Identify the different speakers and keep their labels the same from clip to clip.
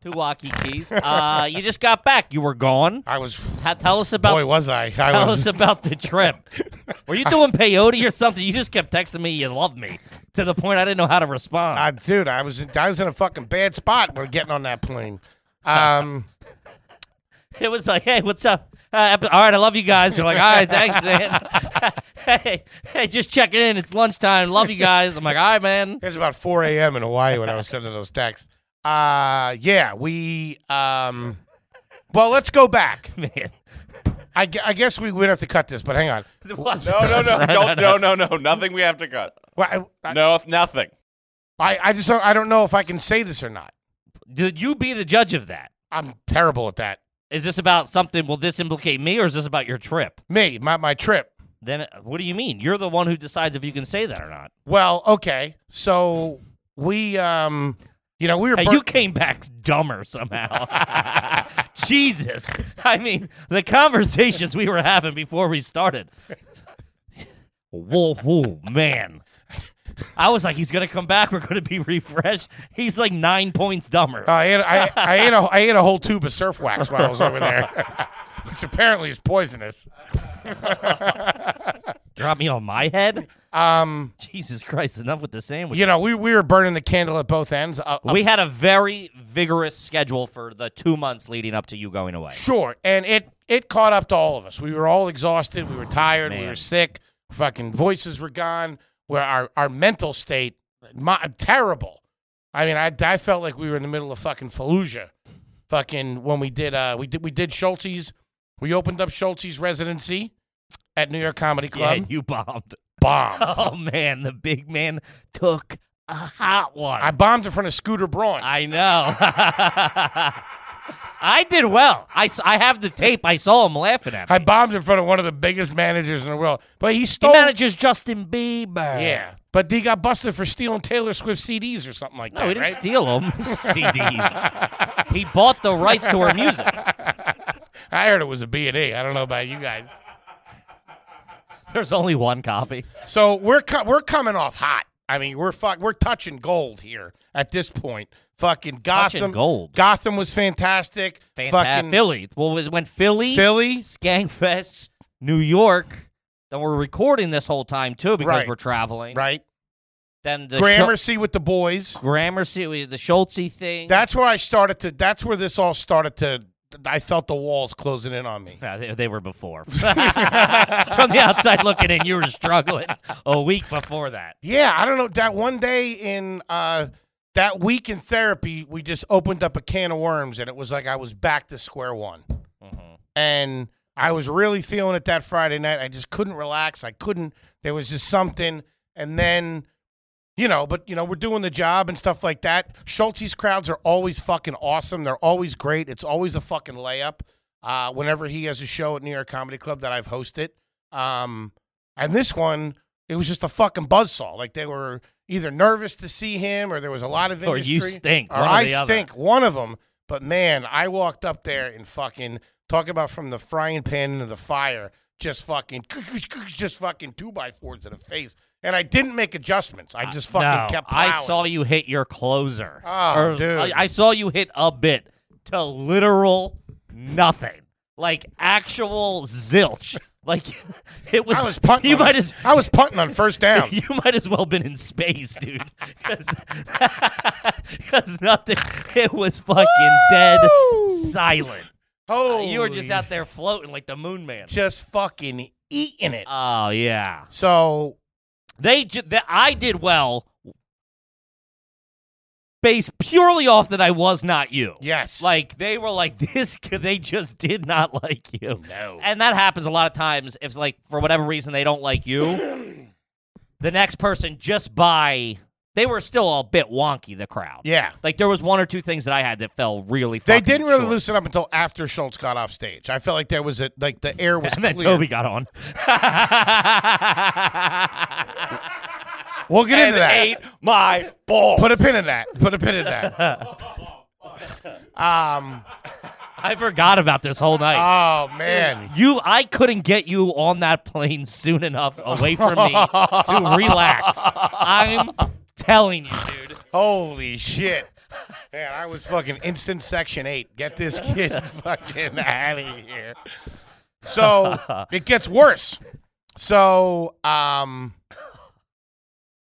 Speaker 1: to Wacky Keys. Uh, you just got back. You were gone.
Speaker 2: I was.
Speaker 1: Ha- tell us about
Speaker 2: boy, was I. I
Speaker 1: tell
Speaker 2: was.
Speaker 1: us about the trip. Were you doing peyote or something? You just kept texting me you love me to the point I didn't know how to respond.
Speaker 2: Uh, dude, I was. I was in a fucking bad spot when getting on that plane. Um,
Speaker 1: it was like, hey, what's up? Uh, ep- all right, I love you guys. You're like, all right, thanks, man. hey, hey, just checking in. It's lunchtime. Love you guys. I'm like, all right, man.
Speaker 2: it was about 4 a.m. in Hawaii when I was sending those texts. Uh, yeah, we. Um, well, let's go back.
Speaker 1: Man,
Speaker 2: I, gu- I guess we would have to cut this, but hang on.
Speaker 1: What?
Speaker 3: No, no, no, don't, no, no, no, nothing. We have to cut.
Speaker 2: Well, I,
Speaker 3: No, nothing.
Speaker 2: I, I just don't, I don't know if I can say this or not.
Speaker 1: Did you be the judge of that?
Speaker 2: I'm terrible at that.
Speaker 1: Is this about something? Will this implicate me, or is this about your trip?
Speaker 2: Me, my, my trip.
Speaker 1: Then uh, what do you mean? You're the one who decides if you can say that or not.
Speaker 2: Well, okay. So we, um, you know, we were.
Speaker 1: Hey,
Speaker 2: bur-
Speaker 1: you came back dumber somehow. Jesus, I mean, the conversations we were having before we started. Whoa, whoa, man! I was like, he's gonna come back. We're gonna be refreshed. He's like nine points dumber.
Speaker 2: Uh, I, ate, I, I ate a I ate a whole tube of Surf Wax while I was over there, which apparently is poisonous.
Speaker 1: Drop me on my head.
Speaker 2: Um,
Speaker 1: Jesus Christ! Enough with the sandwich.
Speaker 2: you know, we, we were burning the candle at both ends. Uh, uh,
Speaker 1: we had a very vigorous schedule for the two months leading up to you going away.
Speaker 2: sure, and it it caught up to all of us. We were all exhausted. We were tired. We
Speaker 1: Man.
Speaker 2: were sick. Fucking voices were gone. Where our our mental state, my, terrible. I mean, I, I felt like we were in the middle of fucking Fallujah. Fucking when we did uh we did we did Schultz's. We opened up Schultz's residency at New York Comedy
Speaker 1: Yeah,
Speaker 2: Club.
Speaker 1: and you bombed.
Speaker 2: Bomb.
Speaker 1: Oh man, the big man took a hot one.
Speaker 2: I bombed in front of Scooter Braun.
Speaker 1: I know. I did well. I, s- I have the tape. I saw him laughing at me.
Speaker 2: I bombed in front of one of the biggest managers in the world. But he
Speaker 1: he
Speaker 2: stole.
Speaker 1: manages Justin Bieber.
Speaker 2: yeah. But he got busted for stealing Taylor Swift CDs or something like that.
Speaker 1: No, he didn't
Speaker 2: right?
Speaker 1: steal them. CDs. he bought the rights to her music.
Speaker 2: I heard it was a B&E. I don't know about you guys.
Speaker 1: There's only one copy.
Speaker 2: So we're co- we're coming off hot. I mean, we're fuck we're touching gold here at this point. Fucking Gotham.
Speaker 1: Touching gold.
Speaker 2: Gotham was fantastic.
Speaker 1: Fantastic.
Speaker 2: Fucking
Speaker 1: uh, Philly. Well, it went Philly,
Speaker 2: Philly.
Speaker 1: Skankfest, New York. Then we're recording this whole time too because
Speaker 2: Right.
Speaker 1: we're traveling.
Speaker 2: Right.
Speaker 1: Then the Schul-
Speaker 2: Gramercy with the boys.
Speaker 1: Gramercy, the Schultzy thing.
Speaker 2: That's where I started to. That's where this all started to. I felt the walls closing in on me.
Speaker 1: No, they, they were before. From the outside looking in, you were struggling a week before that.
Speaker 2: Yeah, I don't know. That one day in uh that week in therapy, we just opened up a can of worms and it was like I was back to square one. And I was really feeling it that Friday night. I just couldn't relax. I couldn't. There was just something. And then, you know, but, you know, we're doing the job and stuff like that. Schultz's crowds are always fucking awesome. They're always great. It's always a fucking layup uh, whenever he has a show at New York Comedy Club that I've hosted. Um, and this one, it was just a fucking buzzsaw. Like they were either nervous to see him or there was a lot of
Speaker 1: Or
Speaker 2: industry.
Speaker 1: Oh, you stink,
Speaker 2: Or
Speaker 1: one or
Speaker 2: I
Speaker 1: the other.
Speaker 2: stink. One of them. But man, I walked up there and fucking talk about from the frying pan into the fire. Just fucking, just fucking two by fours to the face, and I didn't make adjustments. I just fucking
Speaker 1: Uh, no,
Speaker 2: kept. Plowing.
Speaker 1: I saw you hit your closer.
Speaker 2: Oh,
Speaker 1: Or-
Speaker 2: dude.
Speaker 1: I, I saw you hit a bit to literal nothing, like actual zilch. Like it was.
Speaker 2: I was punting.
Speaker 1: You
Speaker 2: on,
Speaker 1: might
Speaker 2: s-
Speaker 1: as
Speaker 2: I was punting on first down.
Speaker 1: you might as well been in space, dude. Because nothing. It was fucking dead silent.
Speaker 2: Oh,
Speaker 1: You were just out there floating like the moon man.
Speaker 2: just fucking eating it.
Speaker 1: Oh yeah.
Speaker 2: So
Speaker 1: They, ju- that I did well, based purely off that I was not you.
Speaker 2: yes,
Speaker 1: Like they were like this. kid- They just did not like you.
Speaker 2: no,
Speaker 1: And that happens a lot of times. If like for whatever reason they don't like you, the next person just by they were still a bit wonky. The crowd.
Speaker 2: yeah.
Speaker 1: Like there was one or two things that I had that fell really.
Speaker 2: They
Speaker 1: fucking
Speaker 2: didn't really
Speaker 1: short.
Speaker 2: loosen up until after Schultz got off stage. I felt like there was a like the air was
Speaker 1: And then
Speaker 2: clear.
Speaker 1: Toby got on.
Speaker 2: We'll get into that.
Speaker 3: Ate my ball.
Speaker 2: Put a pin in that. Put a pin in that. um.
Speaker 1: I forgot about this whole night.
Speaker 2: Oh man.
Speaker 1: You, I couldn't get you on that plane soon enough away from me to relax. I'm telling you, dude.
Speaker 2: Holy shit. Man, I was fucking instant section eight. Get this kid fucking out of here. So it gets worse. So um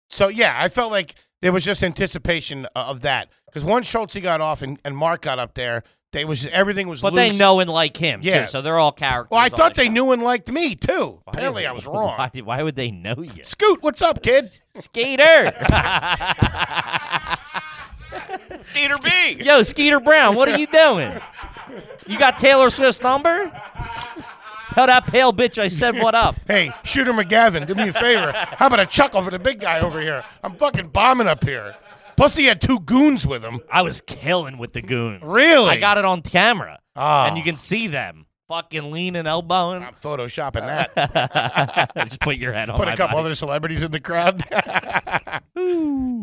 Speaker 2: so yeah, I felt like there was just anticipation o- of that. Because once Schultze got off and, and Mark got up there, they was everything was
Speaker 1: But
Speaker 2: loose.
Speaker 1: they know and like him
Speaker 2: Yeah.
Speaker 1: too, so they're all characters.
Speaker 2: Well, I
Speaker 1: on
Speaker 2: thought
Speaker 1: the
Speaker 2: they
Speaker 1: show.
Speaker 2: knew and liked me too.
Speaker 1: Why do
Speaker 2: Apparently
Speaker 1: they-
Speaker 2: I was wrong.
Speaker 1: Why, did- why would they know you,
Speaker 2: Scoot, what's up, kid?
Speaker 1: Skeeter?
Speaker 3: Peter B.
Speaker 1: Yo, Skeeter Brown, what are you doing? You got Taylor Swift's number? Tell that pale bitch I said what up.
Speaker 2: Hey, Shooter McGavin, do me a favor. How about a chuckle for the big guy over here? I'm fucking bombing up here. Plus, he had two goons with him.
Speaker 1: I was killing with the goons.
Speaker 2: Really?
Speaker 1: I got it on camera,
Speaker 2: Ah.
Speaker 1: and you can see them fucking leaning, elbowing.
Speaker 2: I'm photoshopping that.
Speaker 1: Just put your head on
Speaker 2: Put
Speaker 1: my
Speaker 2: a couple
Speaker 1: body.
Speaker 2: other celebrities in the crowd.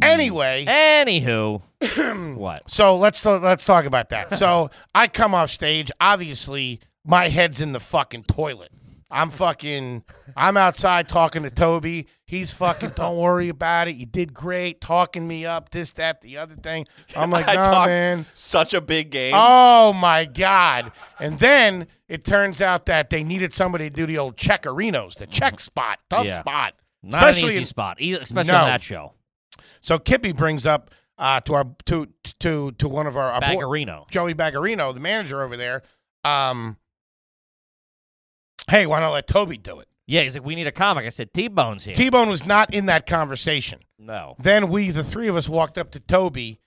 Speaker 2: anyway,
Speaker 1: Anywho, what?
Speaker 2: so let's let's talk about that. So I come off stage. Obviously, my head's in the fucking toilet. I'm fucking. I'm outside talking to Toby. He's fucking. Don't worry about it. You did great. Talking me up. This, that, the other thing. I'm like,
Speaker 3: I
Speaker 2: nah,
Speaker 3: talked
Speaker 2: man.
Speaker 3: such a big game.
Speaker 2: Oh my God! And then it turns out that they needed somebody to do the old checkerinos, the check spot, tough
Speaker 1: Yeah.
Speaker 2: spot.
Speaker 1: Not an easy
Speaker 2: in-
Speaker 1: spot, e- especially
Speaker 2: No.
Speaker 1: on that show.
Speaker 2: so Kippy brings up uh, to our to to to one of our, our board-
Speaker 1: Baggerino.
Speaker 2: Joey Baggerino, the manager over there. Um, hey, why not let Toby do it?
Speaker 1: Yeah, he's like, we need a comic. I said, T Bone's here.
Speaker 2: T Bone was not in that conversation.
Speaker 1: no.
Speaker 2: Then we, the three of us, walked up to Toby.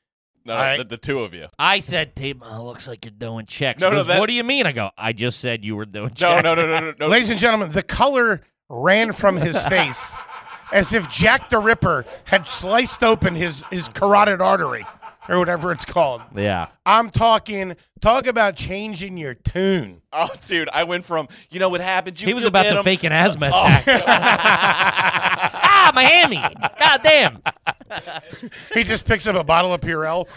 Speaker 3: no,
Speaker 2: all right.
Speaker 3: the, the two of you.
Speaker 1: I said, T Bone, looks like you're doing checks.
Speaker 3: No,
Speaker 1: He
Speaker 3: no,
Speaker 1: goes,
Speaker 3: that-
Speaker 1: What do you mean? I go, I just said you were doing
Speaker 3: No,
Speaker 1: checks.
Speaker 3: no, no, no, no, no.
Speaker 2: Ladies and gentlemen, the color ran from his face as if Jack the Ripper had sliced open his, his carotid artery or whatever it's called.
Speaker 1: Yeah.
Speaker 2: I'm talking, talk about changing your tune.
Speaker 3: Oh, dude, I went from you know what happened. You,
Speaker 1: He was
Speaker 3: you
Speaker 1: about
Speaker 3: hit
Speaker 1: to
Speaker 3: him.
Speaker 1: fake an asthma
Speaker 2: Oh.
Speaker 1: attack. ah, Miami. God damn.
Speaker 2: He just picks up a bottle of Purell.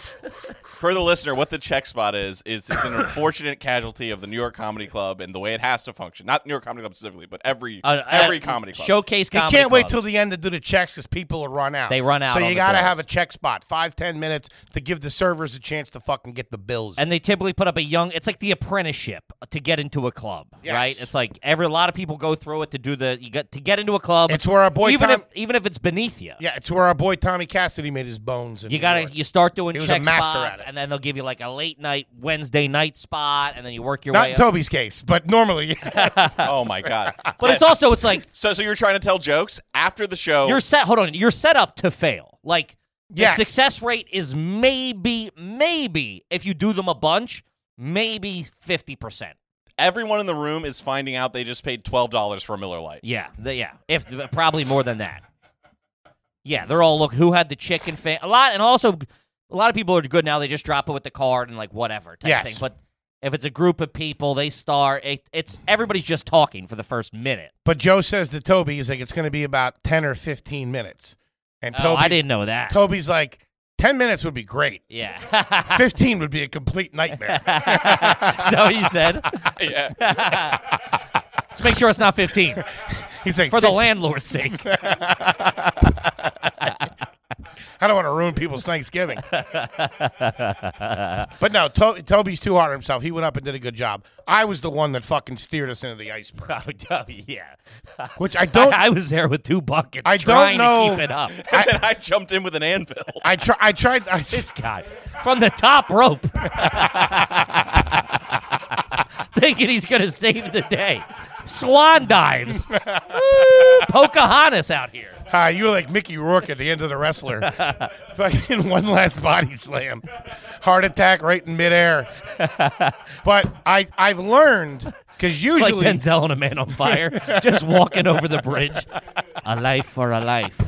Speaker 3: For the listener, what the check spot is is it's an unfortunate casualty of the New York Comedy Club and the way it has to function. Not New York Comedy Club specifically, but every
Speaker 1: Uh,
Speaker 3: every
Speaker 1: uh,
Speaker 3: comedy club.
Speaker 1: Showcase
Speaker 2: He
Speaker 1: comedy.
Speaker 2: can't wait
Speaker 1: clubs.
Speaker 2: till the end to do the checks because people will run out.
Speaker 1: They run out
Speaker 2: So
Speaker 1: on
Speaker 2: you
Speaker 1: the
Speaker 2: gotta
Speaker 1: bills.
Speaker 2: have a check spot, five ten minutes to give the servers a chance to fucking get the bills.
Speaker 1: And they typically put up a young. It's like the apprenticeship to get into a club,
Speaker 2: Yes.
Speaker 1: right? It's like every a lot of people go through it to do the you got to get into a club.
Speaker 2: It's where our boy
Speaker 1: even
Speaker 2: Tom-
Speaker 1: if even if it's beneath you,
Speaker 2: yeah, it's where our boy Tommy Cassidy made his bones. In
Speaker 1: you
Speaker 2: New
Speaker 1: gotta
Speaker 2: York.
Speaker 1: you start doing
Speaker 2: He was a
Speaker 1: check
Speaker 2: master
Speaker 1: spots,
Speaker 2: at it.
Speaker 1: and then they'll give you like a late night Wednesday night spot, and then you work your
Speaker 2: Not
Speaker 1: way.
Speaker 2: in
Speaker 1: up.
Speaker 2: Toby's case, but normally.
Speaker 3: oh my god!
Speaker 1: But it's also it's like
Speaker 3: so so you're trying to tell jokes after the show.
Speaker 1: you're set. Hold on, you're set up to fail. Like the
Speaker 2: Yes.
Speaker 1: success rate is maybe maybe if you do them a bunch, maybe fifty percent.
Speaker 3: everyone in the room is finding out they just paid twelve dollars for a Miller Lite.
Speaker 1: Yeah, the, yeah. If probably more than that. Yeah, they're all look who had the chicken fan a lot, and also a lot of people are good now. They just drop it with the card and like whatever type
Speaker 2: Yes.
Speaker 1: thing. But if it's a group of people, they start. It, it's everybody's just talking for the first minute.
Speaker 2: But Joe says to Toby, he's like, it's going to be about 10 or 15 minutes. And Toby's,
Speaker 1: oh, I didn't know that.
Speaker 2: Toby's like, 10 minutes would be great.
Speaker 1: yeah,
Speaker 2: 15 would be a complete nightmare.
Speaker 1: is that what you said?
Speaker 3: Yeah.
Speaker 1: Let's make sure it's not fifteen
Speaker 2: He's like,
Speaker 1: for the
Speaker 2: 15
Speaker 1: landlord's sake.
Speaker 2: I don't want to ruin people's Thanksgiving. but no, to- Toby's too hard on himself. He went up and did a good job. I was the one that fucking steered us into the iceberg,
Speaker 1: Oh, oh, yeah,
Speaker 2: which I don't.
Speaker 1: I, I was there with two buckets
Speaker 2: I don't
Speaker 1: trying
Speaker 2: know-
Speaker 1: to keep it up.
Speaker 3: and then I jumped in with an anvil.
Speaker 2: I, try, I tried. I,
Speaker 1: This guy from the top rope, thinking he's gonna save the day. Swan dives, Woo, Pocahontas out here.
Speaker 2: Ah, you were like Mickey Rourke at the end of the wrestler. Fucking one last body slam. Heart attack right in midair. But I, I've learned, because
Speaker 1: Like
Speaker 2: usually
Speaker 1: Denzel and a man on fire, just walking over the bridge. A life for a life.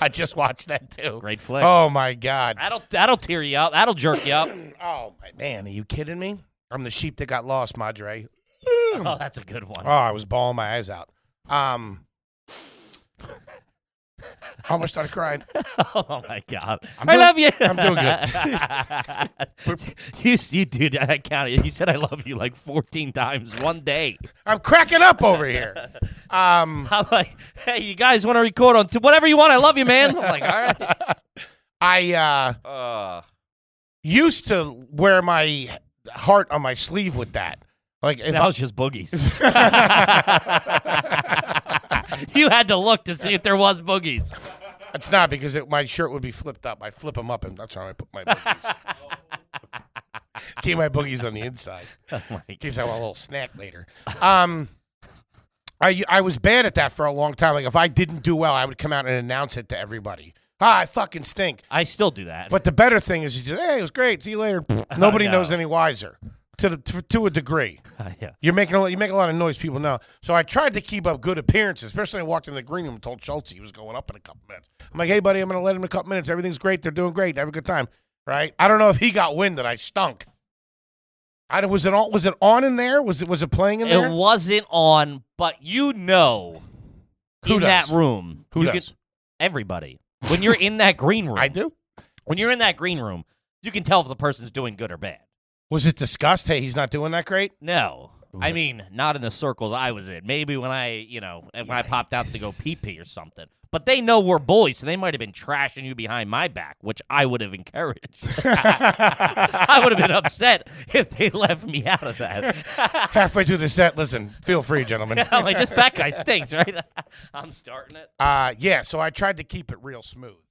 Speaker 2: I just watched that too.
Speaker 1: Great flick.
Speaker 2: Oh my God.
Speaker 1: That'll that'll tear you up. That'll jerk you up.
Speaker 2: Oh my man, are you kidding me? I'm the sheep that got lost, Madre.
Speaker 1: Oh, that's a good one.
Speaker 2: Oh, I was bawling my eyes out. Um I almost started crying.
Speaker 1: Oh my god! i
Speaker 2: doing-
Speaker 1: love you.
Speaker 2: I'm doing
Speaker 1: good. you, you, dude, I counted. You said I love you like 14 times one day.
Speaker 2: I'm cracking up over here. Um
Speaker 1: I'm like, hey, you guys want to record on t- whatever you want. I love you, man. I'm like, all right.
Speaker 2: I uh
Speaker 3: Uh,
Speaker 2: used to wear my heart on my sleeve with that. Like if
Speaker 1: That
Speaker 2: I-
Speaker 1: was just boogies. you had to look to see if there was boogies.
Speaker 2: it's not because it, my shirt would be flipped up. I flip them up, and that's how I put my boogies. Keep my boogies on the inside
Speaker 1: Oh my
Speaker 2: in case I want a little snack later. Um, I I was bad at that for a long time. Like if I didn't do well, I would come out and announce it to everybody. Ah, I fucking stink.
Speaker 1: I still do that.
Speaker 2: But the better thing is, you just hey, it was great. See you later. Nobody
Speaker 1: no.
Speaker 2: knows any wiser to the, to, to a degree.
Speaker 1: yeah.
Speaker 2: You're making a, you make a lot of noise. People know. So I tried to keep up good appearances, especially when I walked in the green room and told Schultz he was going up in a couple minutes. I'm like, hey buddy, I'm gonna let him in a couple minutes. Everything's great. They're doing great. Have a good time. Right? I don't know if he got wind that I stunk. I don't- was it on was it on in there? Was it was it playing in
Speaker 1: It
Speaker 2: there?
Speaker 1: wasn't on, but you know
Speaker 2: Who
Speaker 1: in
Speaker 2: does?
Speaker 1: that room.
Speaker 2: Who
Speaker 1: you
Speaker 2: does?
Speaker 1: Can, everybody. When you're in that green room.
Speaker 2: I do.
Speaker 1: When you're in that green room, you can tell if the person's doing good or bad.
Speaker 2: Was it discussed? Hey, he's not doing that great.
Speaker 1: No. I
Speaker 2: Okay.
Speaker 1: mean, not in the circles I was in. Maybe when I, you know, when I popped out to go pee pee or something. But they know we're boys, so they might have been trashing you behind my back, which I would have encouraged. I would have been upset if they left me out of that.
Speaker 2: Halfway through the set, listen. Feel free, gentlemen.
Speaker 1: I'm like, this fat guy stinks, right? I'm starting it.
Speaker 2: Uh, yeah, so I tried to keep it real smooth.